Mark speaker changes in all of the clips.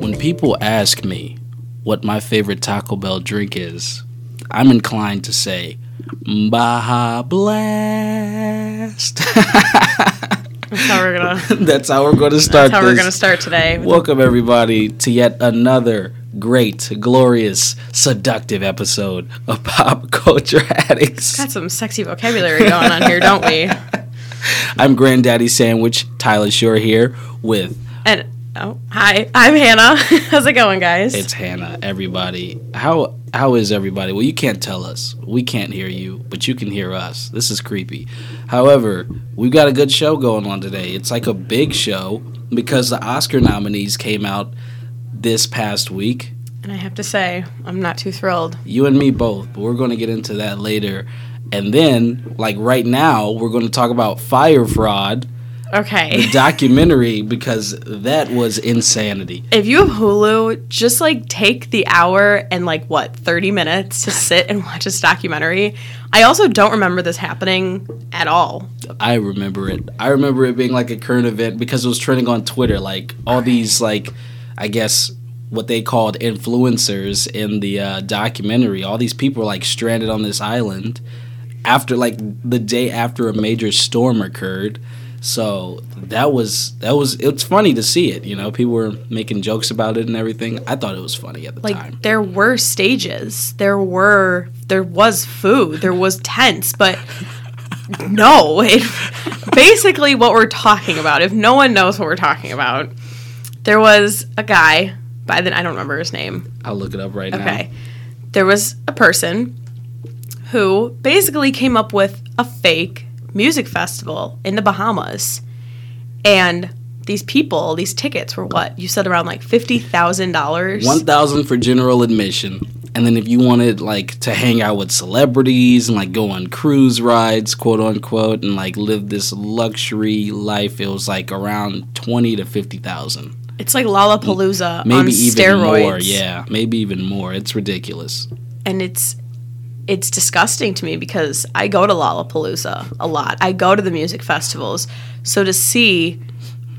Speaker 1: when people ask me what my favorite Taco Bell drink is, I'm inclined to say Baja Blast.
Speaker 2: That's how we're gonna.
Speaker 1: That's how we're going to start
Speaker 2: That's how we're
Speaker 1: this.
Speaker 2: gonna start today. with
Speaker 1: Welcome everybody to yet another great, glorious, seductive episode of Pop Culture Addicts.
Speaker 2: Got some sexy vocabulary going on here, don't we?
Speaker 1: I'm Granddaddy Sandwich, Tyler Shore here with
Speaker 2: And oh, hi, I'm Hannah. How's it going, guys?
Speaker 1: It's Hannah, everybody. How how is everybody? Well, you can't tell us. We can't hear you, but you can hear us. This is creepy. However, we've got a good show going on today. It's like a big show because the Oscar nominees came out this past week.
Speaker 2: and I have to say, I'm not too thrilled.
Speaker 1: You and me both, but we're going to get into that later. And then, like right now, we're going to talk about Fire Fraud,
Speaker 2: Okay.
Speaker 1: the documentary, because that was insanity.
Speaker 2: If you have Hulu, just like take the hour and like what, 30 minutes to sit and watch this documentary. I also don't remember this happening at all.
Speaker 1: I remember it. I remember it being like a current event because it was trending on Twitter. Like all these, like I guess what they called influencers in the uh, documentary. All these people were like stranded on this island after like the day after a major storm occurred. So that was that was. It's funny to see it. You know, people were making jokes about it and everything. I thought it was funny at the
Speaker 2: Like
Speaker 1: time.
Speaker 2: there were stages. There were there was food. There was tents, but no, it basically what we're talking about. If no one knows what we're talking about, there was a guy by the I don't remember his name.
Speaker 1: I'll look it up right now.
Speaker 2: Okay. There was a person who basically came up with a fake music festival in the Bahamas. And these people, these tickets were what? You said around like $50,000.
Speaker 1: One thousand for general admission, and then if you wanted like to hang out with celebrities and like go on cruise rides, quote unquote, and like live this luxury life, it was like around twenty to fifty thousand,
Speaker 2: It's like Lollapalooza on
Speaker 1: maybe even
Speaker 2: steroids.
Speaker 1: more. Yeah, maybe even more. It's ridiculous.
Speaker 2: And it's it's disgusting to me because I go to Lollapalooza a lot. I go to the music festivals. So to see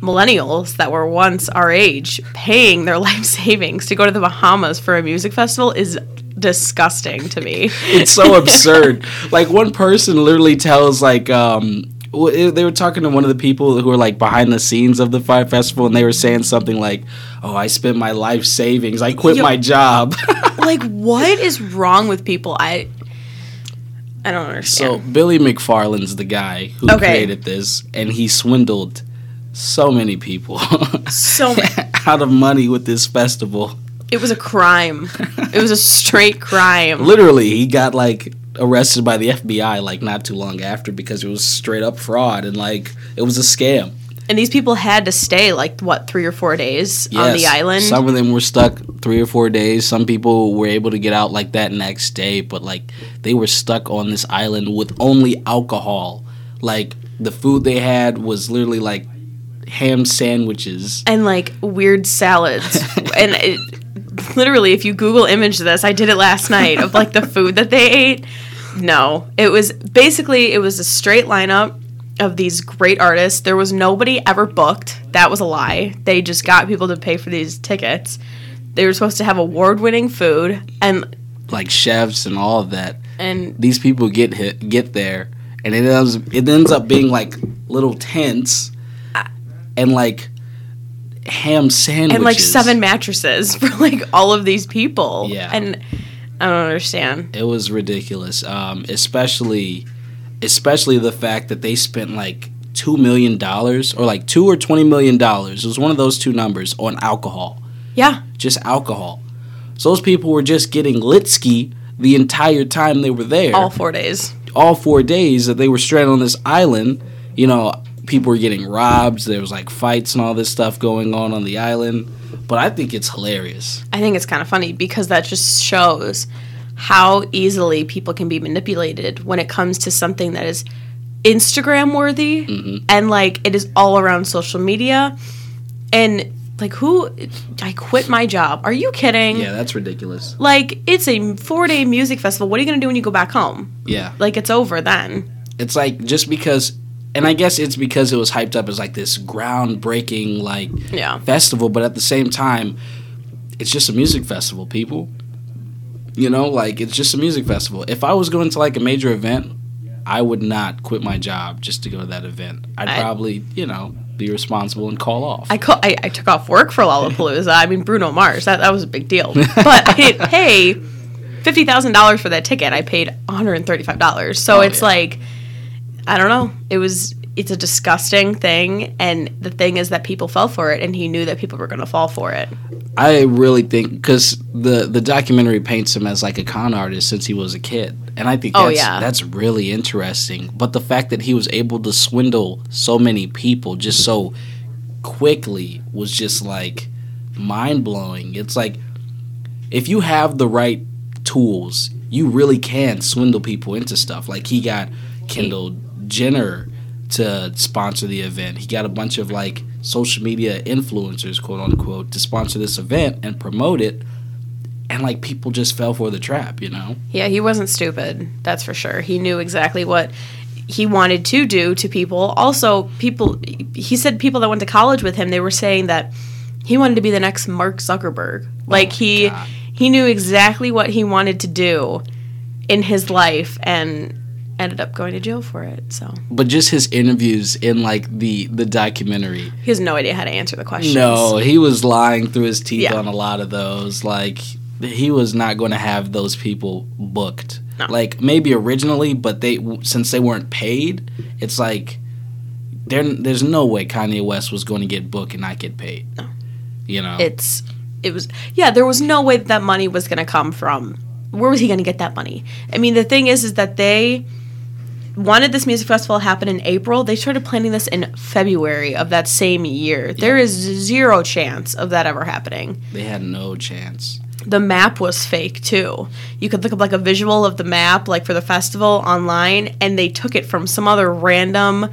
Speaker 2: millennials that were once our age paying their life savings to go to the Bahamas for a music festival is disgusting to me.
Speaker 1: It's so absurd. Like one person literally tells like um w- they were talking to one of the people who were like behind the scenes of the fire festival and they were saying something like oh i spent my life savings i quit
Speaker 2: Yo-
Speaker 1: my job
Speaker 2: like what is wrong with people? I I don't understand.
Speaker 1: So Billy McFarland's the guy who
Speaker 2: Okay.
Speaker 1: created this, and he swindled so many people
Speaker 2: So, so
Speaker 1: out of money with this festival.
Speaker 2: it was a crime. It was a straight crime.
Speaker 1: Literally, he got like arrested by the FBI like not too long after because it was straight up fraud and like it was a scam.
Speaker 2: And these people had to stay like what three or four days on the
Speaker 1: Yes,
Speaker 2: island.
Speaker 1: some of them were stuck three or four days. Some people were able to get out like that next day, but like they were stuck on this island with only alcohol. Like the food they had was literally like ham sandwiches
Speaker 2: and like weird salads. and it, literally, if you Google image this, I did it last night of like the food that they ate. No, it was basically it was a straight lineup of these great artists. There was nobody ever booked. That was a lie. They just got people to pay for these tickets. They were supposed to have award-winning food and
Speaker 1: like chefs and all of that.
Speaker 2: and
Speaker 1: These people get hit, get there, and it ends it ends up being like little tents and like ham sandwiches
Speaker 2: and like seven mattresses for like all of these people.
Speaker 1: Yeah.
Speaker 2: And I don't understand.
Speaker 1: It was ridiculous, um, especially especially the fact that they spent like two million dollars or like two or twenty million dollars. It was one of those two numbers on alcohol,
Speaker 2: Yeah.
Speaker 1: just alcohol. So those people were just getting litski the entire time they were there.
Speaker 2: All 4 days.
Speaker 1: all four days that they were stranded on this island, you know, people were getting robbed. There was like fights and all this stuff going on on the island. But I think it's hilarious.
Speaker 2: I think it's kind of funny because that just shows how easily people can be manipulated when it comes to something that is Instagram worthy
Speaker 1: Mm-hmm.
Speaker 2: and like it is all around social media and like who I quit my job. Are you kidding?
Speaker 1: Yeah, that's ridiculous.
Speaker 2: Like it's a 4-day music festival. What are you going to do when you go back home?
Speaker 1: Yeah.
Speaker 2: Like it's over then.
Speaker 1: It's like just because and I guess it's because it was hyped up as like this groundbreaking like
Speaker 2: Yeah.
Speaker 1: festival, but at the same time it's just a music festival, people. You know, like it's just a music festival. If I was going to like a major event, I would not quit my job just to go to that event. I'd
Speaker 2: I-
Speaker 1: probably, you know, be responsible and call off.
Speaker 2: I, call, I I took off work for Lollapalooza. I mean Bruno Mars. That that was a big deal. But I didn't pay fifty thousand dollars for that ticket. I paid one hundred and thirty five dollars. So
Speaker 1: Oh,
Speaker 2: it's
Speaker 1: yeah.
Speaker 2: like I don't know. It was it's a disgusting thing, and the thing is that people fell for it, and he knew that people were going to fall for it.
Speaker 1: I really think because the the documentary paints him as like a con artist since he was a kid, and I think
Speaker 2: Oh,
Speaker 1: that's
Speaker 2: yeah.
Speaker 1: that's really interesting. But the fact that he was able to swindle so many people just so quickly was just like mind blowing. It's like if you have the right tools, you really can swindle people into stuff. Like he got Kendall Jenner to sponsor the event. He got a bunch of like social media influencers, quote unquote, to sponsor this event and promote it. And like people just fell for the trap, you know?
Speaker 2: Yeah, he wasn't stupid. That's for sure. He knew exactly what he wanted to do to people. Also, people he said people that went to college with him, they were saying that he wanted to be the next Mark Zuckerberg. Like he
Speaker 1: God.
Speaker 2: he knew exactly what he wanted to do in his life and ended up going to jail for it. So,
Speaker 1: But just his interviews in like the the documentary.
Speaker 2: he has no idea how to answer the questions.
Speaker 1: No, he was lying through his teeth
Speaker 2: Yeah.
Speaker 1: on a lot of those. Like he was not going to have those people booked.
Speaker 2: No.
Speaker 1: Like maybe originally, but they since they weren't paid, it's like there there's no way Kanye West was going to get booked and not get paid.
Speaker 2: No.
Speaker 1: You know.
Speaker 2: it's it was yeah there was no way that, that money was going to come from where was he going to get that money i mean the thing is is that they wanted this music festival to happen in april they started planning this in february of that same year there is zero chance of that ever happening
Speaker 1: They had no chance.
Speaker 2: the map was fake too you could look up like a visual of the map like for the festival online and they took it from some other random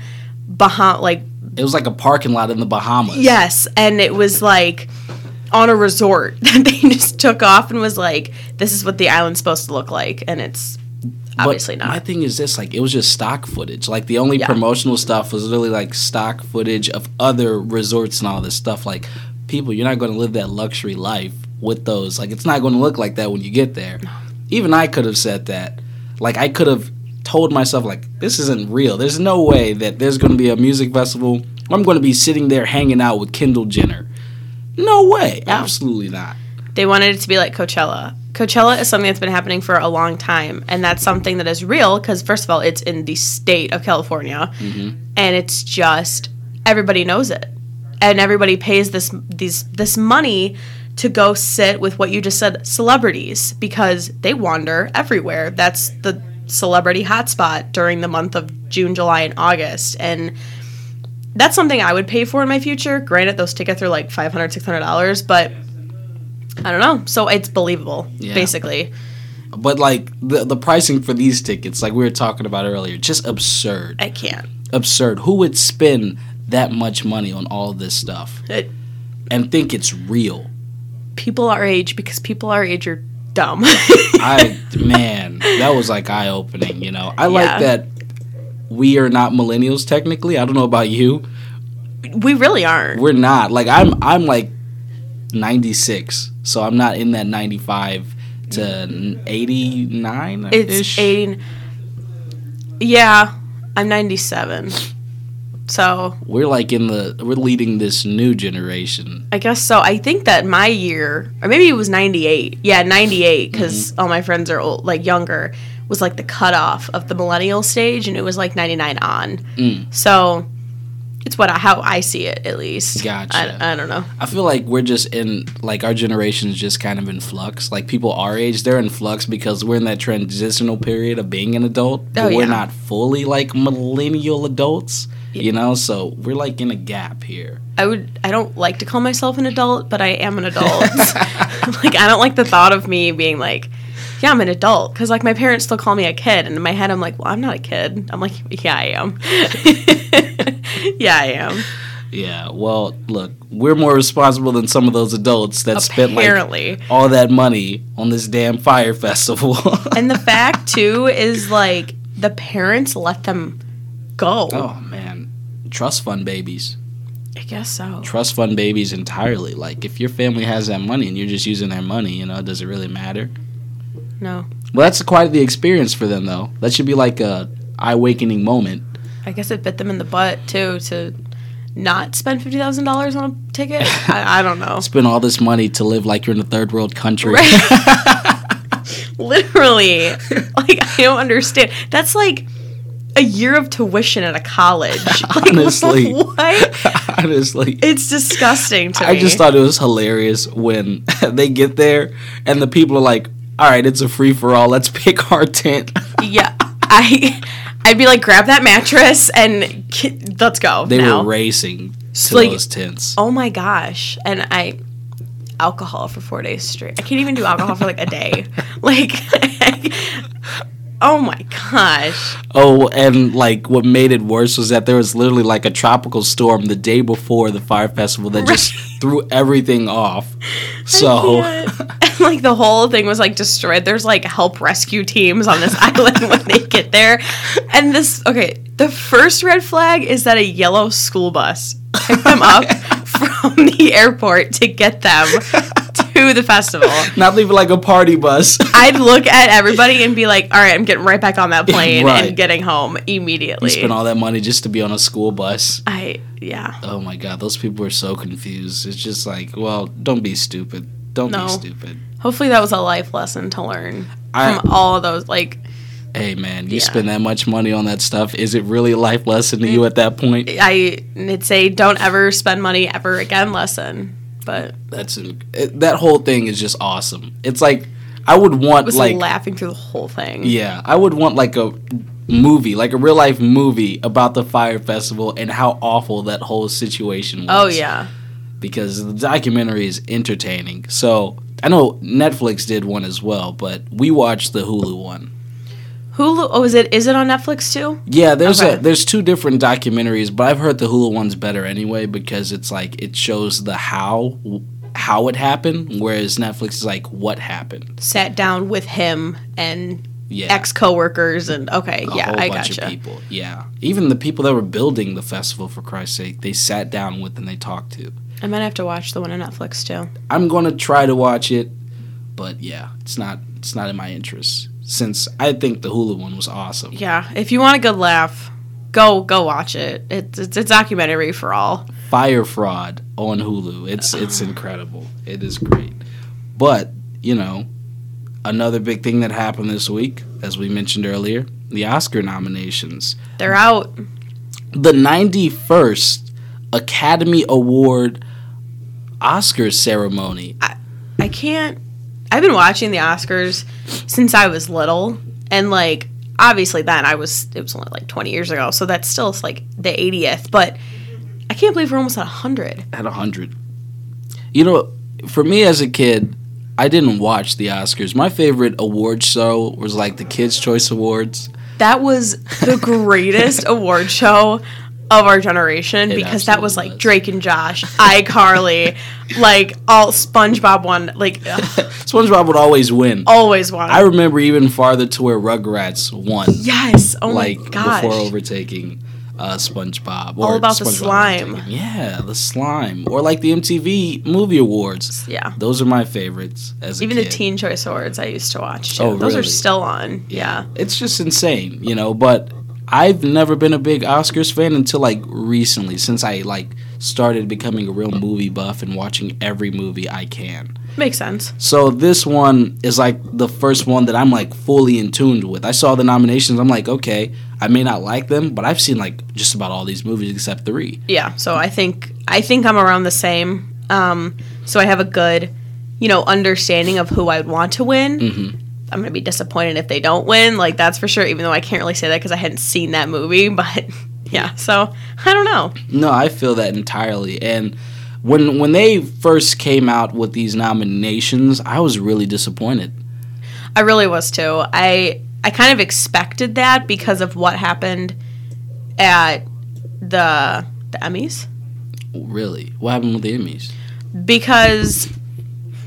Speaker 2: behind like
Speaker 1: It was like a parking lot in the Bahamas.
Speaker 2: Yes, and it was like on a resort that they just took off and was like, "This is what the island's supposed to look like," and it's
Speaker 1: But
Speaker 2: obviously
Speaker 1: My
Speaker 2: not.
Speaker 1: thing is this: like, it was just stock footage. Like, the only
Speaker 2: Yeah.
Speaker 1: promotional stuff was literally like stock footage of other resorts and all this stuff. Like, people, you're not going to live that luxury life with those. Like, it's not going to look like that when you get there. Even I could have said that. Like, I could have told myself, like, this isn't real. There's no way that there's going to be a music festival. where I'm going to be sitting there hanging out with Kendall Jenner. No way. Absolutely not.
Speaker 2: They wanted it to be like Coachella. Coachella is something that's been happening for a long time, and that's something that is real because first of all, it's in the state of California, and it's just everybody knows it, and everybody pays this these this money. To go sit with what you just said, celebrities, because they wander everywhere. That's the celebrity hotspot during the month of June, July, and August. And that's something I would pay for in my future. Granted, those tickets are like $500, $600, but I don't know. So it's believable,
Speaker 1: Yeah.
Speaker 2: basically.
Speaker 1: But, like, the, the pricing for these tickets, like we were talking about earlier, just absurd.
Speaker 2: I can't.
Speaker 1: absurd. Who would spend that much money on all this stuff
Speaker 2: It,
Speaker 1: and think it's real?
Speaker 2: people our age, because people our age are dumb.
Speaker 1: I man, that was like eye opening. You know, I like
Speaker 2: Yeah.
Speaker 1: that we are not millennials technically. I don't know about you.
Speaker 2: we really aren't.
Speaker 1: We're not. Like I'm. I'm like ninety six, so I'm not in that ninety five to eighty nine.
Speaker 2: It's 18. Yeah, I'm 97. So
Speaker 1: We're like in the. We're leading this new generation.
Speaker 2: I guess so. I think that my year, or maybe it was 98. Yeah, 98, because all my friends are old, like younger, was like the cutoff of the millennial stage, and it was like 99 on. So it's what I, how I see it, at least.
Speaker 1: Gotcha.
Speaker 2: I, I don't know.
Speaker 1: I feel like we're just in like our generation's just kind of in flux. Like people our age, they're in flux because we're in that transitional period of being an adult. But
Speaker 2: Oh,
Speaker 1: we're
Speaker 2: yeah.
Speaker 1: not fully like millennial adults. You know, so we're like in a gap here.
Speaker 2: I would. I don't like to call myself an adult, but I am an adult. like I don't like the thought of me being like, yeah, I'm an adult, because like my parents still call me a kid, and in my head I'm like, well, I'm not a kid. I'm like, yeah, I am. yeah, I am.
Speaker 1: Yeah. Well, look, we're more responsible than some of those adults that spent
Speaker 2: Apparently.
Speaker 1: like all that money on this damn fire festival.
Speaker 2: and the fact too is like the parents let them go.
Speaker 1: oh man, trust fund babies.
Speaker 2: I guess so.
Speaker 1: Trust fund babies entirely. Like if your family has that money and you're just using their money, you know, does it really matter?
Speaker 2: No,
Speaker 1: Well, that's quite the experience for them though. That should be like a eye awakening moment.
Speaker 2: I guess it bit them in the butt too to not spend fifty thousand dollars on a ticket. I, I don't know.
Speaker 1: Spend all this money to live like you're in a third world country.
Speaker 2: Literally, like I don't understand. That's like a year of tuition at a college. Like,
Speaker 1: Honestly.
Speaker 2: what?
Speaker 1: Honestly.
Speaker 2: It's disgusting to
Speaker 1: I
Speaker 2: me.
Speaker 1: just thought it was hilarious when they get there and the people are like, all right, it's a free for all. Let's pick our tent.
Speaker 2: yeah, I. I'd be like, grab that mattress and ki- let's go.
Speaker 1: They
Speaker 2: now.
Speaker 1: were racing to
Speaker 2: like-
Speaker 1: those tents.
Speaker 2: Oh my gosh. And I alcohol for 4 days straight. I can't even do alcohol for like a day. Like Oh my gosh.
Speaker 1: Oh, and like what made it worse was that there was literally like a tropical storm the day before the fire festival that just threw everything off. So
Speaker 2: And, like the whole thing was like destroyed. There's like help rescue teams on this island when they get there. And this okay, the first red flag is that a yellow school bus picked them up from the airport to get them to the festival.
Speaker 1: not leaving like a party bus.
Speaker 2: I'd look at everybody and be like, "All right, I'm getting right back on that plane
Speaker 1: Right.
Speaker 2: and getting home immediately."
Speaker 1: Spend all that money just to be on a school bus.
Speaker 2: I yeah.
Speaker 1: Oh my god, those people are so confused. It's just like, well, don't be stupid. Don't
Speaker 2: No.
Speaker 1: be stupid.
Speaker 2: Hopefully, that was a life lesson to learn
Speaker 1: I-
Speaker 2: from all of those. Like,
Speaker 1: Hey man, you
Speaker 2: Yeah.
Speaker 1: spend that much money on that stuff. Is it really a life lesson to you at that point?
Speaker 2: I it's a don't ever spend money ever again lesson, but
Speaker 1: That's in- it, that whole thing is just awesome. It's like I would
Speaker 2: I
Speaker 1: want
Speaker 2: was
Speaker 1: like
Speaker 2: laughing through the whole thing.
Speaker 1: Yeah, I would want like a movie, like a real life movie about the fire festival and how awful that whole situation was.
Speaker 2: Oh yeah,
Speaker 1: Because the documentary is entertaining. So I know Netflix did one as well, but we watched the Hulu one.
Speaker 2: Hulu. Oh, is it is it on Netflix too?
Speaker 1: Yeah, there's a
Speaker 2: Okay.
Speaker 1: there's two different documentaries, but I've heard the Hulu one's better anyway because it's like it shows the how how it happened, whereas Netflix is like what happened.
Speaker 2: Sat down with him and
Speaker 1: Yeah.
Speaker 2: ex coworkers and okay,
Speaker 1: a
Speaker 2: yeah,
Speaker 1: whole
Speaker 2: I
Speaker 1: bunch of
Speaker 2: gotcha.
Speaker 1: people. Yeah, even the people that were building the festival, for Christ's sake, they sat down with and they talked to.
Speaker 2: I might have to watch the one on Netflix too.
Speaker 1: I'm gonna try to watch it, but yeah, it's not it's not in my interest since I think the Hulu one was awesome.
Speaker 2: Yeah, if you want a good laugh, go go watch it. It's it's a documentary for all.
Speaker 1: Fire fraud on Hulu. It's it's incredible. It is great. But you know, another big thing that happened this week, as we mentioned earlier, the Oscar nominations.
Speaker 2: They're out.
Speaker 1: the 91st Academy Award Oscar ceremony.
Speaker 2: I can't. I've been watching the Oscars since I was little, and like obviously then I was it was only like 20 years ago, so that's still like the 80th. But I can't believe we're almost at 100.
Speaker 1: at 100. You know, for me as a kid, I didn't watch the Oscars. My favorite award show was like the Kids' Choice Awards.
Speaker 2: That was the greatest award show of our generation
Speaker 1: It
Speaker 2: because that was
Speaker 1: absolutely
Speaker 2: like
Speaker 1: was.
Speaker 2: Drake and Josh, iCarly, like all SpongeBob one, like ugh,
Speaker 1: SpongeBob would always win.
Speaker 2: always wanted.
Speaker 1: I remember even farther to where Rugrats won,
Speaker 2: Yes. Oh
Speaker 1: like
Speaker 2: my gosh.
Speaker 1: before overtaking uh, SpongeBob.
Speaker 2: All
Speaker 1: or
Speaker 2: about the
Speaker 1: SpongeBob
Speaker 2: slime.
Speaker 1: overtaking- Yeah, the slime, or like the MTV Movie Awards.
Speaker 2: yeah.
Speaker 1: Those are my favorites as a
Speaker 2: Even
Speaker 1: kid.
Speaker 2: the Teen Choice Awards I used to watch too.
Speaker 1: Oh,
Speaker 2: Those are
Speaker 1: really?
Speaker 2: still on. Yeah.
Speaker 1: it's just insane, you know. But I've never been a big Oscars fan until like recently, since I like started becoming a real movie buff and watching every movie I can.
Speaker 2: Makes sense.
Speaker 1: So this one is like the first one that I'm like fully in tuned with. I saw the nominations, I'm like, okay, I may not like them, but I've seen like just about all these movies except three.
Speaker 2: Yeah. So I think I think I'm around the same. Um, so I have a good, you know, understanding of who I would want to win. I'm gonna be disappointed if they don't win. Like that's for sure. Even though I can't really say that because I hadn't seen that movie. But yeah. So I don't know.
Speaker 1: No, I feel that entirely. And when when they first came out with these nominations, I was really disappointed.
Speaker 2: I really was too. I I kind of expected that because of what happened at the the Emmys.
Speaker 1: Really, what happened with the Emmys?
Speaker 2: because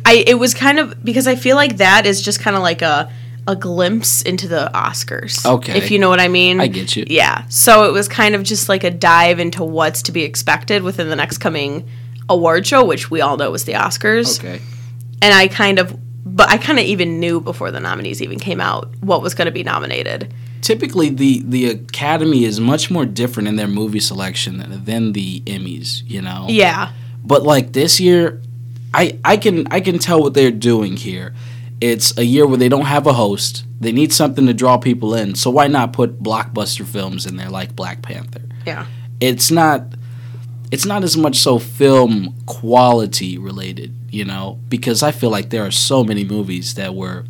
Speaker 2: I it was kind of because I feel like that is just kind of like a a glimpse into the Oscars.
Speaker 1: Okay.
Speaker 2: If you know what I mean.
Speaker 1: I get you.
Speaker 2: Yeah. So it was kind of just like a dive into what's to be expected within the next coming award show, which we all know was the Oscars.
Speaker 1: Okay.
Speaker 2: And I kind of, but I kind of even knew before the nominees even came out what was going to be nominated.
Speaker 1: Typically, the the Academy is much more different in their movie selection than, than the Emmys. You know.
Speaker 2: Yeah.
Speaker 1: But like this year, I I can I can tell what they're doing here. It's a year where they don't have a host. They need something to draw people in. So why not put blockbuster films in there like Black Panther?
Speaker 2: Yeah.
Speaker 1: It's not it's not as much so film quality related, you know, because I feel like there are so many movies that were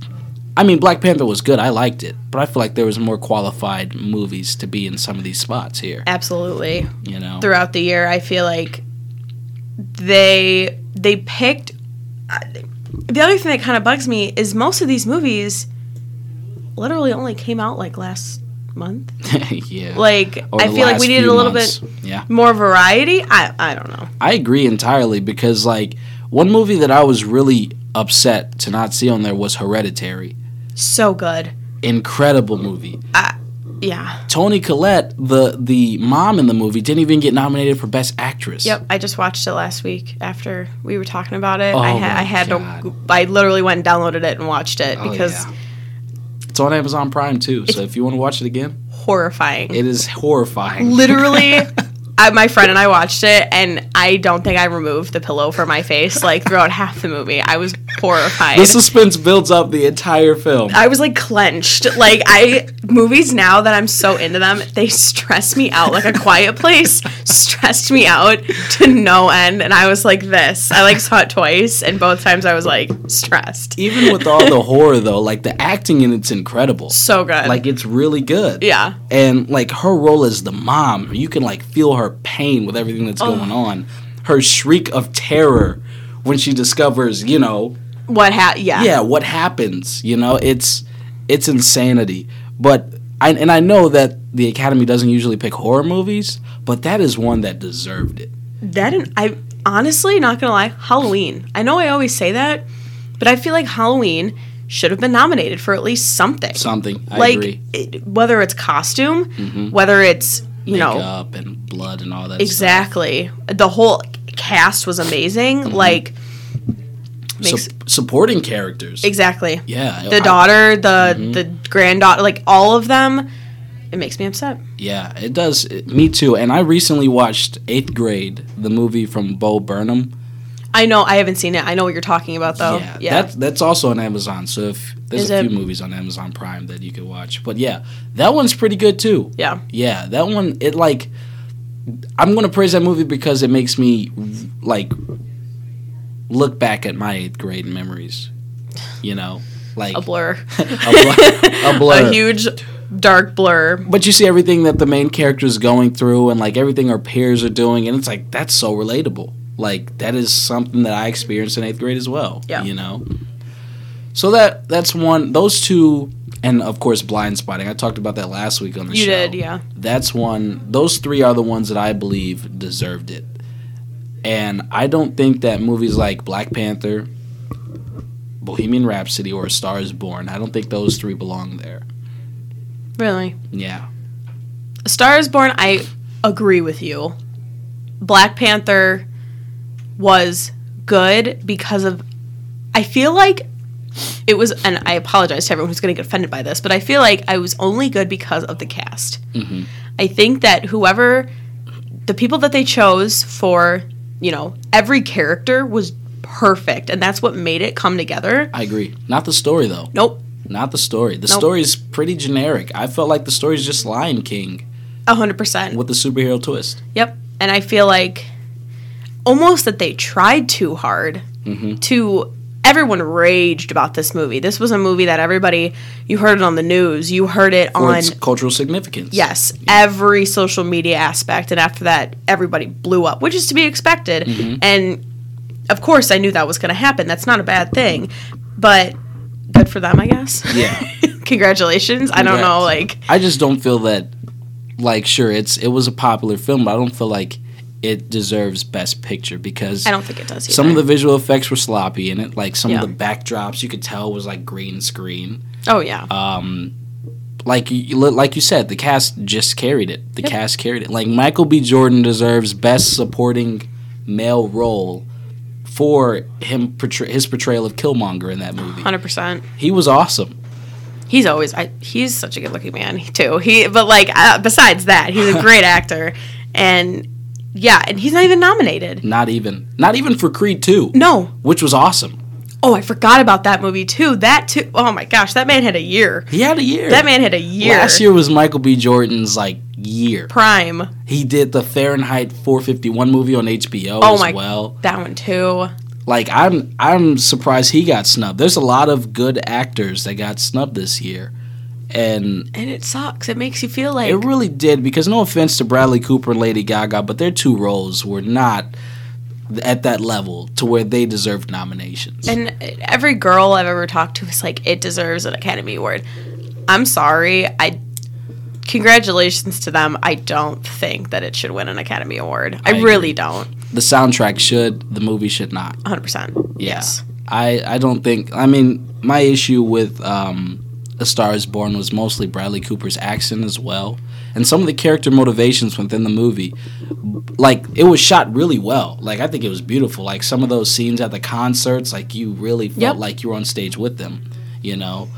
Speaker 1: I mean Black Panther was good, I liked it, but I feel like there was more qualified movies to be in some of these spots here,
Speaker 2: Absolutely.
Speaker 1: you know.
Speaker 2: throughout the year. I feel like they they picked. I- The other thing that kind of bugs me is most of these movies literally only came out like last month.
Speaker 1: yeah.
Speaker 2: Like
Speaker 1: Over
Speaker 2: I
Speaker 1: the
Speaker 2: feel like
Speaker 1: last
Speaker 2: we needed
Speaker 1: few
Speaker 2: a little
Speaker 1: months.
Speaker 2: bit
Speaker 1: Yeah.
Speaker 2: more variety. I I don't know.
Speaker 1: I agree entirely because like one movie that I was really upset to not see on there was Hereditary.
Speaker 2: So good.
Speaker 1: Incredible movie.
Speaker 2: Yeah.
Speaker 1: Tony Collette, the the mom in the movie, didn't even get nominated for Best Actress.
Speaker 2: Yep. I just watched it last week after we were talking about it.
Speaker 1: Oh
Speaker 2: I, ha-
Speaker 1: my
Speaker 2: I had to.
Speaker 1: God.
Speaker 2: I literally went and downloaded it and watched it
Speaker 1: Oh,
Speaker 2: because
Speaker 1: yeah. it's on Amazon Prime too. So if you want to watch it again,
Speaker 2: horrifying.
Speaker 1: it is horrifying.
Speaker 2: literally I, my friend and i watched it and i don't think i removed the pillow from my face like throughout half the movie i was horrified
Speaker 1: the suspense builds up the entire film.
Speaker 2: i was like clenched like i movies now that i'm so into them they stress me out like a quiet place stressed me out to no end and i was like this i like saw it twice and both times i was like stressed
Speaker 1: Even with all the horror though, like the acting in it's incredible.
Speaker 2: so good
Speaker 1: Like it's really good.
Speaker 2: yeah
Speaker 1: and like her role as the mom you can like feel her pain with everything that's
Speaker 2: Oh.
Speaker 1: going on her shriek of terror when she discovers you know
Speaker 2: what ha yeah
Speaker 1: yeah what happens you know it's it's insanity but I, and i know that the academy doesn't usually pick horror movies but that is one that deserved it
Speaker 2: That and I honestly not gonna lie, Halloween. I know I always say that, but I feel like Halloween should have been nominated for at least something.
Speaker 1: something i
Speaker 2: like
Speaker 1: agree Mm-hmm.
Speaker 2: It, whether it's costume, whether it's you know
Speaker 1: Makeup and blood and all that
Speaker 2: exactly the whole cast was amazing.
Speaker 1: Mm-hmm.
Speaker 2: Like
Speaker 1: stuff.
Speaker 2: makes
Speaker 1: Sup- supporting characters
Speaker 2: exactly
Speaker 1: yeah
Speaker 2: the
Speaker 1: I- Mm-hmm.
Speaker 2: daughter, the the granddaughter, like all of them. It makes me upset.
Speaker 1: Yeah, it does. It- me too. And I recently watched Eighth Grade, the movie from Bo Burnham.
Speaker 2: I know I haven't seen it. I know what you're talking about though. Oh, Yeah,
Speaker 1: That, that's also on Amazon. So if there's
Speaker 2: Is
Speaker 1: a
Speaker 2: it-
Speaker 1: few movies on Amazon Prime that you could watch, but yeah, that one's pretty good too.
Speaker 2: yeah.
Speaker 1: Yeah, that one. It like I'm gonna praise that movie because it makes me like look back at my eighth grade memories. You know, like
Speaker 2: A blur.
Speaker 1: a, blur, a blur.
Speaker 2: a huge dark blur.
Speaker 1: but you see everything that the main character is going through and like everything her peers are doing and it's like that's so relatable like that is something that i experienced in eighth grade as well
Speaker 2: Yeah.
Speaker 1: you know so that that's one those two and of course blind spotting i talked about that last week on the
Speaker 2: You
Speaker 1: show
Speaker 2: did, yeah.
Speaker 1: that's one those three are the ones that i believe deserved it and i don't think that movies like black panther bohemian rhapsody or a star is born i don't think those three belong there
Speaker 2: Really.
Speaker 1: yeah
Speaker 2: A Star is Born, I agree with you. Black Panther was good because of I feel like it was and I apologize to everyone who's going to get offended by this, but I feel like I was only good because of the cast.
Speaker 1: Mm-hmm.
Speaker 2: I think that whoever the people that they chose for, you know, every character was perfect and that's what made it come together.
Speaker 1: i agree not the story though
Speaker 2: Nope.
Speaker 1: Not the story. The
Speaker 2: Nope.
Speaker 1: story is pretty generic. I felt like the story is just Lion King
Speaker 2: A 100%.
Speaker 1: with the superhero twist.
Speaker 2: Yep. And I feel like almost that they tried too hard
Speaker 1: Mm-hmm.
Speaker 2: to. Everyone raged about this movie. This was a movie that everybody, you heard it on the news, you heard it
Speaker 1: For
Speaker 2: on,
Speaker 1: its cultural significance.
Speaker 2: yes, every social media aspect. And after that, everybody blew up, which is to be expected.
Speaker 1: Mm-hmm.
Speaker 2: And of course, I knew that was going to happen. That's not a bad thing. But good for them, I guess.
Speaker 1: Yeah.
Speaker 2: Congratulations. I don't know, like,
Speaker 1: I just don't feel that like sure it's it was a popular film, but I don't feel like it deserves Best Picture because
Speaker 2: I don't think it does. Either.
Speaker 1: some of the visual effects were sloppy in it. Like some
Speaker 2: Yeah.
Speaker 1: of the backdrops, you could tell was like green screen.
Speaker 2: oh yeah,
Speaker 1: Um, like you, you- like you said, the cast just carried it. The
Speaker 2: Yep.
Speaker 1: cast carried it. Like Michael B. Jordan deserves Best Supporting Male Role for him portray- his portrayal of Killmonger in that movie.
Speaker 2: hundred percent.
Speaker 1: He was awesome.
Speaker 2: He's always I, he's such a good looking man too. He but like uh, besides that, he's a great actor, and yeah, and he's not even nominated.
Speaker 1: Not even not even for Creed Two,
Speaker 2: No.
Speaker 1: which was awesome.
Speaker 2: Oh, I forgot about that movie too. That too. Oh my gosh, that man had a year.
Speaker 1: He had a year.
Speaker 2: That man had a year.
Speaker 1: Last year was Michael B. Jordan's like year.
Speaker 2: Prime.
Speaker 1: He did the Fahrenheit 451 movie on HBO
Speaker 2: Oh
Speaker 1: as
Speaker 2: my-
Speaker 1: well.
Speaker 2: That one too.
Speaker 1: Like I'm I'm surprised he got snubbed. There's a lot of good actors that got snubbed this year. And
Speaker 2: And it sucks. It makes you feel like
Speaker 1: it really did because no offense to Bradley Cooper and Lady Gaga, but their two roles were not at that level to where they deserved nominations.
Speaker 2: And every girl I've ever talked to is like, it deserves an Academy Award. I'm sorry. I congratulations to them. I don't think that it should win an Academy Award. I,
Speaker 1: agree.
Speaker 2: really don't.
Speaker 1: the soundtrack should, the movie should not.
Speaker 2: 100. percent Yes.
Speaker 1: I I don't think I mean my issue with um A Star Is Born was mostly Bradley Cooper's accent as well and some of the character motivations within the movie like it was shot really well like I think it was beautiful like some of those scenes at the concerts like you really felt
Speaker 2: Yep.
Speaker 1: like you were on stage with them you know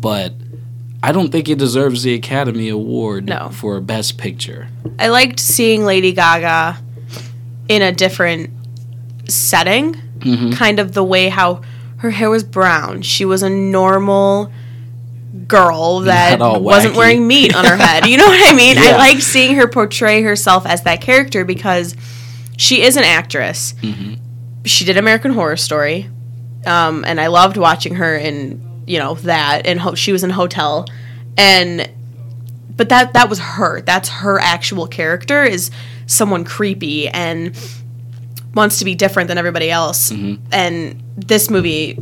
Speaker 1: but I don't think it deserves the Academy Award
Speaker 2: No.
Speaker 1: for Best Picture.
Speaker 2: I liked seeing Lady Gaga in a different setting,
Speaker 1: Mm-hmm.
Speaker 2: kind of the way how her hair was brown. She was a normal girl that
Speaker 1: all
Speaker 2: wasn't
Speaker 1: wacky.
Speaker 2: wearing meat on her head. You know what I mean? I
Speaker 1: Yeah.
Speaker 2: liked seeing her portray herself as that character because she is an actress. She did American Horror Story, um, and I loved watching her in you know that. And ho- she was in Hotel, and but that that was her that's her actual character is someone creepy and wants to be different than everybody else and this movie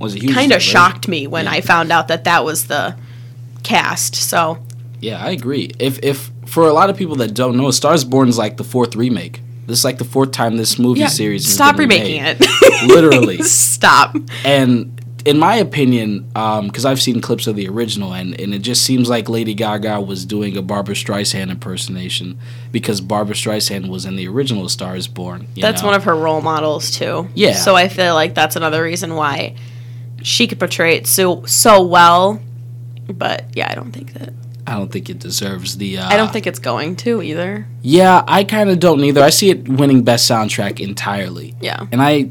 Speaker 1: Was a huge
Speaker 2: kind of
Speaker 1: difference.
Speaker 2: shocked me when i found out that that was the cast so
Speaker 1: Yeah, I agree. If if for a lot of people that don't know, Stars Born is like the fourth remake. This is like the fourth time this movie series. has
Speaker 2: stop
Speaker 1: been
Speaker 2: remaking
Speaker 1: remade.
Speaker 2: it
Speaker 1: Literally.
Speaker 2: stop
Speaker 1: And in my opinion, because I've seen clips of the original, and and it just seems like Lady Gaga was doing a Barbara Streisand impersonation because Barbara Streisand was in the original Stars Born. you
Speaker 2: that's
Speaker 1: know?
Speaker 2: one of her role models too
Speaker 1: Yeah.
Speaker 2: so i feel like that's another reason why she could portray it so so well but yeah i don't think that
Speaker 1: I don't think it deserves the. Uh,
Speaker 2: i don't think it's going to either
Speaker 1: Yeah, I kind of don't either. I see it winning best soundtrack entirely.
Speaker 2: yeah
Speaker 1: And I,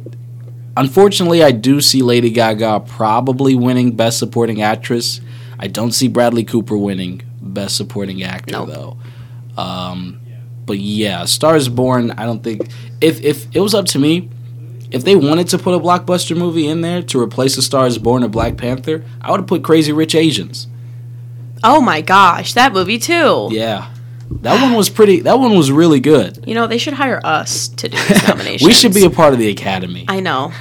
Speaker 1: unfortunately, I do see Lady Gaga probably winning Best Supporting Actress. I don't see Bradley Cooper winning Best Supporting Actor
Speaker 2: Nope.
Speaker 1: though. Um, but yeah, Stars Born. I don't think if if it was up to me, if they wanted to put a blockbuster movie in there to replace the Stars Born or Black Panther, I would have put Crazy Rich Asians.
Speaker 2: Oh my gosh, that movie too.
Speaker 1: Yeah, that one was pretty. That one was really good.
Speaker 2: You know, they should hire us to do these nominations.
Speaker 1: we should be a part of the Academy.
Speaker 2: I know.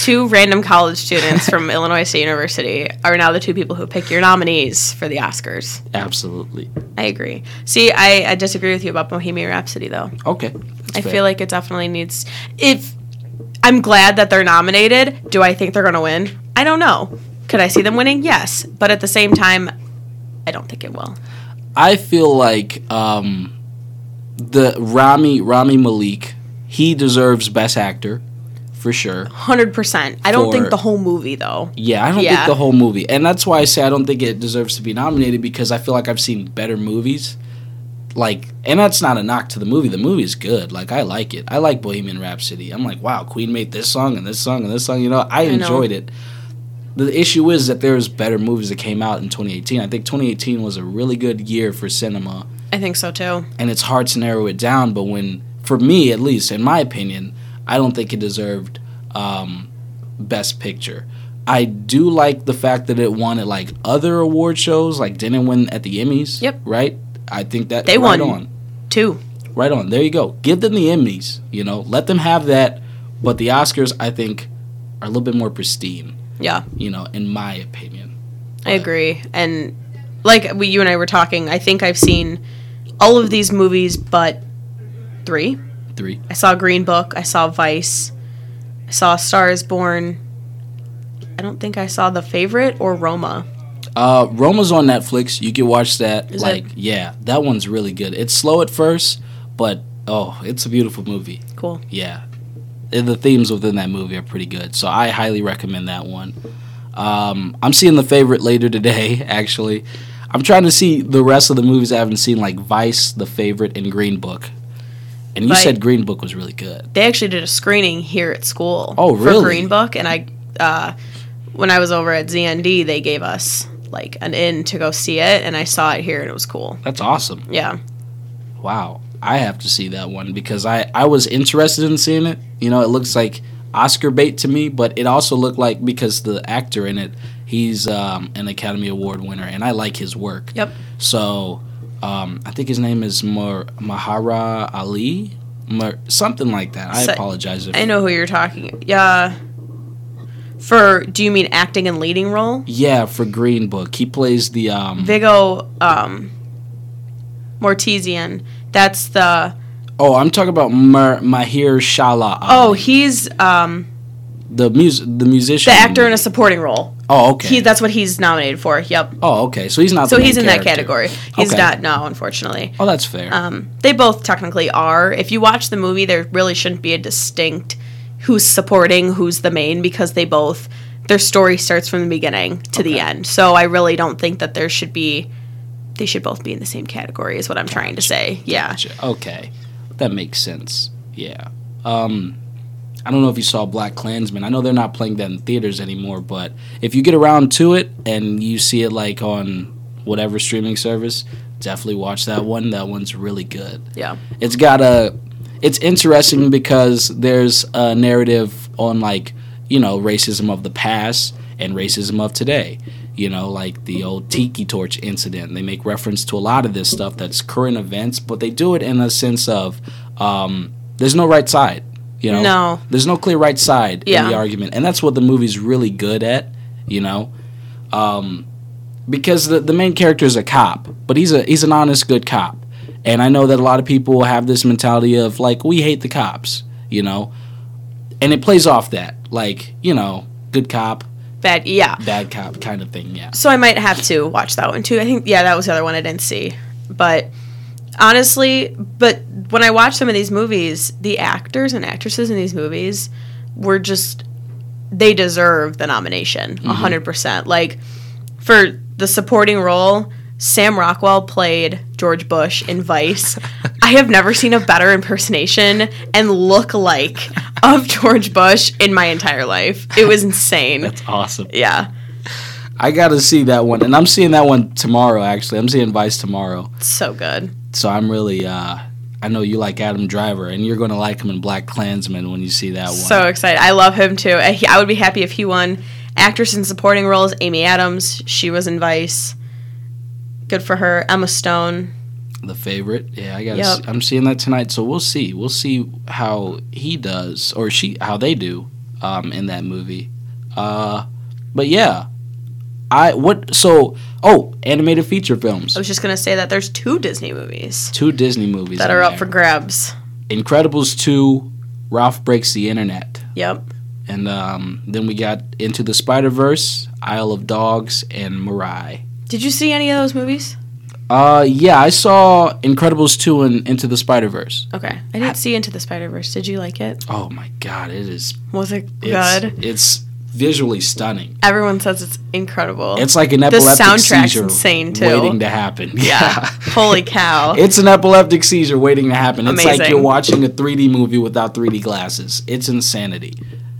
Speaker 2: Two random college students from Illinois State University are now the two people who pick your nominees for the Oscars.
Speaker 1: Absolutely.
Speaker 2: I agree. See, I, I disagree with you about Bohemian Rhapsody though.
Speaker 1: Okay. that's
Speaker 2: I
Speaker 1: fair.
Speaker 2: feel like it definitely needs if I'm glad that they're nominated. Do I think they're gonna win? I don't know. Could I see them winning? Yes. But at the same time, I don't think it will.
Speaker 1: I feel like um, the Rami Rami Malik, he deserves Best Actor for sure.
Speaker 2: Hundred percent. I don't think
Speaker 1: For-
Speaker 2: the whole movie though.
Speaker 1: Yeah, I don't
Speaker 2: Yeah.
Speaker 1: think the whole movie, and that's why I say I don't think it deserves to be nominated because I feel like I've seen better movies. Like, and that's not a knock to the movie. The movie is good. Like, I like it. I like Bohemian Rhapsody. I'm like, wow, Queen made this song and this song and this song. You know, I,
Speaker 2: know.
Speaker 1: enjoyed it. The issue is that there's better movies that came out in 2018. I think 2018 was a really good year for cinema.
Speaker 2: I think so too.
Speaker 1: and it's hard to narrow it down. But when, for me at least, in my opinion, I don't think it deserved um, Best Picture. I do like the fact that it won at like other award shows, like didn't win at the Emmys.
Speaker 2: Yep.
Speaker 1: Right. I think that
Speaker 2: They
Speaker 1: right
Speaker 2: won.
Speaker 1: on,
Speaker 2: Two.
Speaker 1: right on. There you go. Give them the Emmys. You know, let them have that. But the Oscars, I think, are a little bit more pristine.
Speaker 2: Yeah,
Speaker 1: You know, in my opinion.
Speaker 2: I agree. And like we, you and I were talking, I think I've seen all of these movies but three.
Speaker 1: Three.
Speaker 2: I saw Green Book. I saw Vice. I saw Stars Born. I don't think I saw The Favorite or Roma.
Speaker 1: Uh, Roma's on Netflix. You can watch that.
Speaker 2: Is
Speaker 1: like,
Speaker 2: it?
Speaker 1: yeah, that one's really good. It's slow at first, but oh, it's a beautiful movie.
Speaker 2: Cool.
Speaker 1: Yeah, And the themes within that movie are pretty good. So I highly recommend that one. Um, I'm seeing the favorite later today. Actually, I'm trying to see the rest of the movies I haven't seen, like Vice, The Favorite, and Green Book. And you
Speaker 2: Like-
Speaker 1: said Green Book was really good.
Speaker 2: They actually did a screening here at school.
Speaker 1: Oh,
Speaker 2: For
Speaker 1: really?
Speaker 2: Green Book, and I, uh, when I was over at ZND, they gave us like an in to go see it, and I saw it here, and it was cool.
Speaker 1: That's awesome.
Speaker 2: Yeah.
Speaker 1: Wow, I have to see that one because I I was interested in seeing it. You know, it looks like Oscar bait to me, but it also looked like because the actor in it, he's um, an Academy Award winner, and I like his work.
Speaker 2: Yep.
Speaker 1: So, um, I think his name is Mar- Mahara Ali, Mar- something like that. I
Speaker 2: So-
Speaker 1: apologize. If
Speaker 2: I know who you're talking. Yeah. For do you mean acting and leading role?
Speaker 1: Yeah, for Green Book, he plays the um.
Speaker 2: Vigo um, Mortesian. That's the
Speaker 1: oh, I'm talking about Mar- Mahir Shala. Ali,
Speaker 2: oh he's um,
Speaker 1: the mus- the musician,
Speaker 2: the actor in a supporting role.
Speaker 1: Oh, okay.
Speaker 2: He that's what he's nominated for. Yep.
Speaker 1: oh, okay. So he's not.
Speaker 2: So
Speaker 1: the main
Speaker 2: he's in that
Speaker 1: character.
Speaker 2: category. He's
Speaker 1: Okay.
Speaker 2: not no, unfortunately.
Speaker 1: Oh, that's fair.
Speaker 2: Um, they both technically are. If you watch the movie, there really shouldn't be a distinct who's supporting, who's the main, because they both their story starts from the beginning to the
Speaker 1: Okay.
Speaker 2: end. So I really don't think that there should be. They should both be in the same category, is what I'm trying to say. Yeah.
Speaker 1: Gotcha. Okay, that makes sense. Yeah. Um, I don't know if you saw Black Klansman. I know they're not playing that in theaters anymore, but if you get around to it and you see it like on whatever streaming service, definitely watch that one. That one's really good.
Speaker 2: Yeah.
Speaker 1: It's got a. It's interesting because there's a narrative on like you know racism of the past and racism of today. You know, like the old Tiki Torch incident. They make reference to a lot of this stuff that's current events, but they do it in a sense of um, there's no right side. You know,
Speaker 2: No.
Speaker 1: there's no clear right side in
Speaker 2: Yeah.
Speaker 1: the argument, and that's what the movie's really good at. You know, Um, because the, the main character is a cop, but he's a he's an honest good cop. And I know that a lot of people have this mentality of like we hate the cops, you know. And it plays off that. Like, you know, good cop,
Speaker 2: Bad. Yeah.
Speaker 1: bad cop kind of thing, yeah.
Speaker 2: So I might have to watch that one too. I think yeah, that was the other one I didn't see. But honestly, but when I watch some of these movies, the actors and actresses in these movies were just they deserve the nomination a 100 percent. Like for the supporting role, Sam Rockwell played George Bush in Vice. I have never seen a better impersonation and look like of George Bush in my entire life. It was insane.
Speaker 1: That's awesome.
Speaker 2: Yeah.
Speaker 1: I gotta see that one. And I'm seeing that one tomorrow actually. I'm seeing Vice tomorrow.
Speaker 2: So good.
Speaker 1: So I'm really uh I know you like Adam Driver and you're gonna like him in Black Klansman when you see that one.
Speaker 2: So excited. I love him too. I, he- I would be happy if he won. Actress in supporting roles Amy Adams. She was in Vice. Good for her. Emma Stone.
Speaker 1: the favorite. Yeah, I got.
Speaker 2: Yep.
Speaker 1: to I'm seeing that tonight, so we'll see. We'll see how he does or she how they do um, in that movie. Uh, but yeah, I what so oh animated feature films.
Speaker 2: I was just going to say that there's two Disney movies
Speaker 1: Two Disney movies
Speaker 2: that
Speaker 1: in
Speaker 2: are up
Speaker 1: there.
Speaker 2: for grabs.
Speaker 1: Incredibles two, Ralph breaks the internet,
Speaker 2: Yep.
Speaker 1: and um, then we got into the Spider Verse, Isle of Dogs, and Mirai.
Speaker 2: Did you see any of those movies?
Speaker 1: Uh, yeah, I saw Incredibles two and Into the Spider Verse.
Speaker 2: Okay. I didn't see Into the Spider Verse. Did you like it?
Speaker 1: Oh my God, it is
Speaker 2: Was it
Speaker 1: It's,
Speaker 2: good?
Speaker 1: it's visually stunning.
Speaker 2: Everyone says it's incredible.
Speaker 1: It's like an epileptic
Speaker 2: soundtrack's
Speaker 1: seizure
Speaker 2: insane, too.
Speaker 1: waiting to happen.
Speaker 2: yeah. Holy cow.
Speaker 1: it's an epileptic seizure waiting to happen. It's like
Speaker 2: Amazing.
Speaker 1: you're watching a 3D movie without 3D glasses. It's insanity.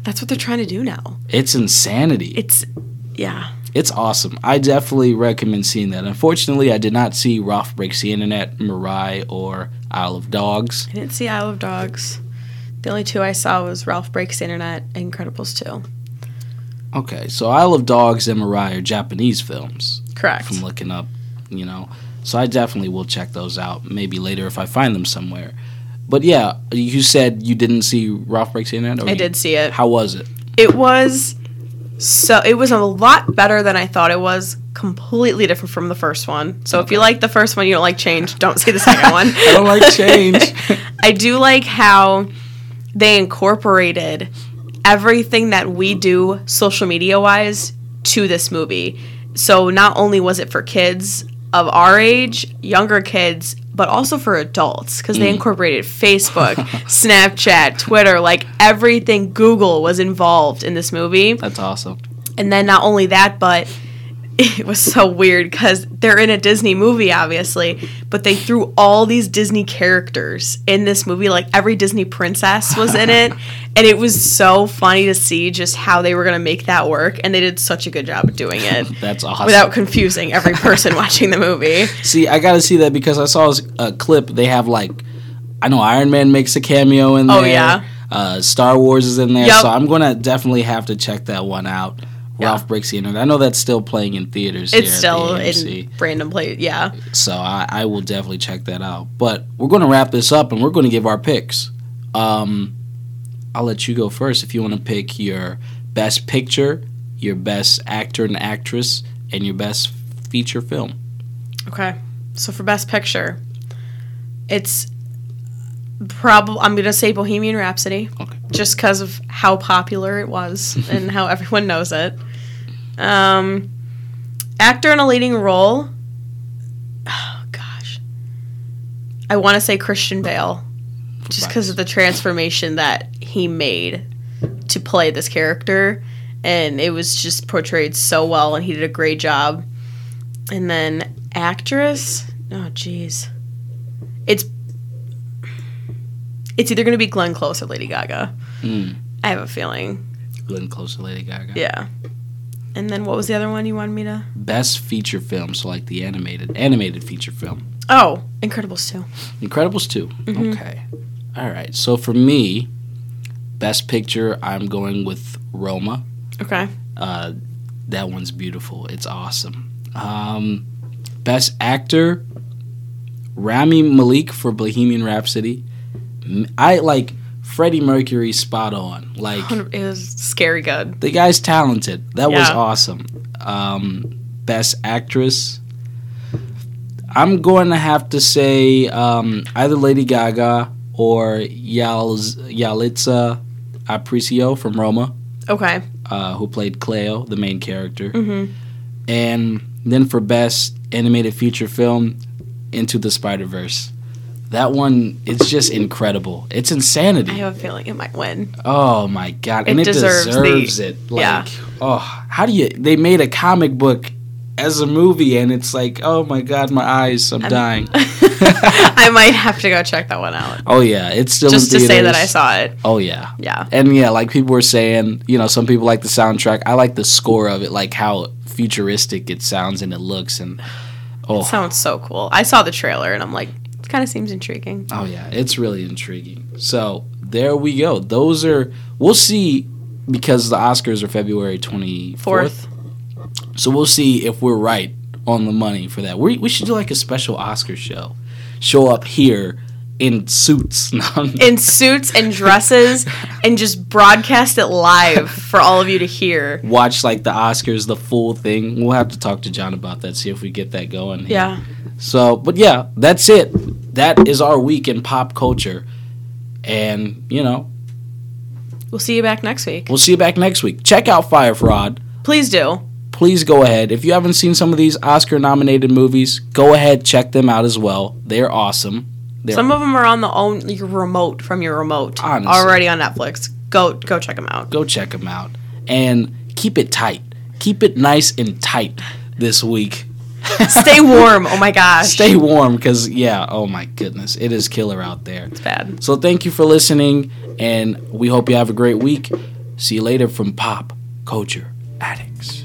Speaker 2: That's what they're trying to do now.
Speaker 1: It's insanity.
Speaker 2: It's, yeah.
Speaker 1: It's awesome. I definitely recommend seeing that. Unfortunately, I did not see Roth Breaks the Internet, Mirai, or Isle of Dogs.
Speaker 2: I didn't see Isle of Dogs. The only two I saw was Ralph Breaks the Internet and Incredibles 2.
Speaker 1: Okay, so Isle of Dogs and Mirai are Japanese films.
Speaker 2: Correct.
Speaker 1: from looking up, you know. So I definitely will check those out. Maybe later if I find them somewhere. But yeah, you said you didn't see Ralph Breaks the Internet. Or
Speaker 2: I
Speaker 1: you-
Speaker 2: did see it.
Speaker 1: How was it?
Speaker 2: It was So it was a lot better than I thought it was. Completely different from the first one. So if you like the first one, you don't like change. Don't see the second one.
Speaker 1: I don't like change.
Speaker 2: I do like how they incorporated everything that we do social media wise to this movie. So not only was it for kids of our age, younger kids, but also for adults because they incorporated Facebook, Snapchat, Twitter, like everything Google was involved in this movie.
Speaker 1: That's awesome.
Speaker 2: And then not only that, but it was so weird because they're in a Disney movie, obviously, but they threw all these Disney characters in this movie. Like every Disney princess was in it. And it was so funny to see just how they were going to make that work. And they did such a good job at doing it
Speaker 1: That's awesome.
Speaker 2: without confusing every person watching the movie.
Speaker 1: See, I gotta see that because I saw a clip. They have like, I know Iron Man makes a cameo in
Speaker 2: Oh,
Speaker 1: there.
Speaker 2: yeah.
Speaker 1: Uh, Star Wars is in there,
Speaker 2: Yep.
Speaker 1: so I'm gonna definitely have to check that one out. Ralph breaks the internet. I know that's still playing in theaters.
Speaker 2: It's
Speaker 1: here at
Speaker 2: still
Speaker 1: the AMC,
Speaker 2: in random place. Yeah.
Speaker 1: so I, I will definitely check that out. But we're gonna wrap this up and we're gonna give our picks. Um, I'll let you go first if you want to pick your best picture, your best actor and actress, and your best feature film.
Speaker 2: Okay. So for Best Picture, it's probably I'm gonna say Bohemian Rhapsody,
Speaker 1: Okay.
Speaker 2: just because of how popular it was and how everyone knows it. Um, actor in a leading role. Oh gosh, I want to say Christian Bale, just because of the transformation that he made to play this character, and it was just portrayed so well, and he did a great job. And then actress. Oh jeez. It's it's either going to be Glenn Close or Lady Gaga.
Speaker 1: Mm.
Speaker 2: I have a feeling.
Speaker 1: Glenn Close to Lady Gaga.
Speaker 2: Yeah. And then what was the other one you wanted me to?
Speaker 1: best feature film, so like the animated animated feature film.
Speaker 2: Oh, Incredibles 2.
Speaker 1: Incredibles 2.
Speaker 2: Mm-hmm.
Speaker 1: Okay. All right. So for me, best picture, I'm going with Roma.
Speaker 2: Okay.
Speaker 1: Uh, that one's beautiful. It's awesome. Um, best actor, Rami Malik for Bohemian Rhapsody. M- I like Freddie Mercury spot on. Like
Speaker 2: It was scary good.
Speaker 1: the guy's talented. That was
Speaker 2: Yeah.
Speaker 1: awesome. Um, best actress. I'm going to have to say um, either Lady Gaga or Yal- Yalitza Aparicio from Roma,
Speaker 2: Okay.
Speaker 1: uh, who played Cleo, the main character.
Speaker 2: Mhm.
Speaker 1: And then for best animated feature film, Into the Spider Verse. That one, it's just incredible. It's
Speaker 2: I
Speaker 1: insanity.
Speaker 2: have a feeling it might win.
Speaker 1: Oh my god!
Speaker 2: It
Speaker 1: And it, deserves,
Speaker 2: deserves the-
Speaker 1: it. Like,
Speaker 2: yeah.
Speaker 1: Oh, how do you? They made a comic book as a movie, and it's like, oh my god, my eyes, I'm, dying.
Speaker 2: I might have to go check that one out.
Speaker 1: Oh yeah, it's still
Speaker 2: Just
Speaker 1: in
Speaker 2: to say that I
Speaker 1: theaters.
Speaker 2: saw it.
Speaker 1: Oh yeah,
Speaker 2: Yeah.
Speaker 1: and yeah, like people were saying, you know, some people like the soundtrack. I like the score of it, like how futuristic it sounds and it looks, and oh,
Speaker 2: Sounds so cool. I saw the trailer and I'm like, it kind of seems intriguing.
Speaker 1: Oh yeah, it's really intriguing. So there we go. Those are we'll see because the Oscars are February twenty
Speaker 2: Fourth.
Speaker 1: fourth. So we'll see if we're right on the money for that. We we should do like a special Oscar show. Show up here in suits. No, I'm-
Speaker 2: In suits and dresses and just broadcast it live for all of you to hear.
Speaker 1: Watch like the Oscars, the full thing. We'll have to talk to John about that. See if we get that going. here.
Speaker 2: Yeah.
Speaker 1: So, but yeah, that's it. That is our week in pop culture, and you know
Speaker 2: We'll see you back next week.
Speaker 1: we'll see you back next week. Check out Fire Fraud.
Speaker 2: Please do.
Speaker 1: please go ahead. If you haven't seen some of these Oscar nominated movies, go ahead, check them out as well. They're awesome. They're,
Speaker 2: Some of them are on the own your remote from your remote
Speaker 1: Honestly.
Speaker 2: already on Netflix. Go go check them out.
Speaker 1: go check them out and keep it tight. Keep it nice and tight this week.
Speaker 2: Stay warm. Oh my gosh.
Speaker 1: Stay warm because, yeah, oh my goodness, it is killer out there.
Speaker 2: bad.
Speaker 1: So, thank you for listening, and we hope you have a great week. See you later from Pop Culture Addicts.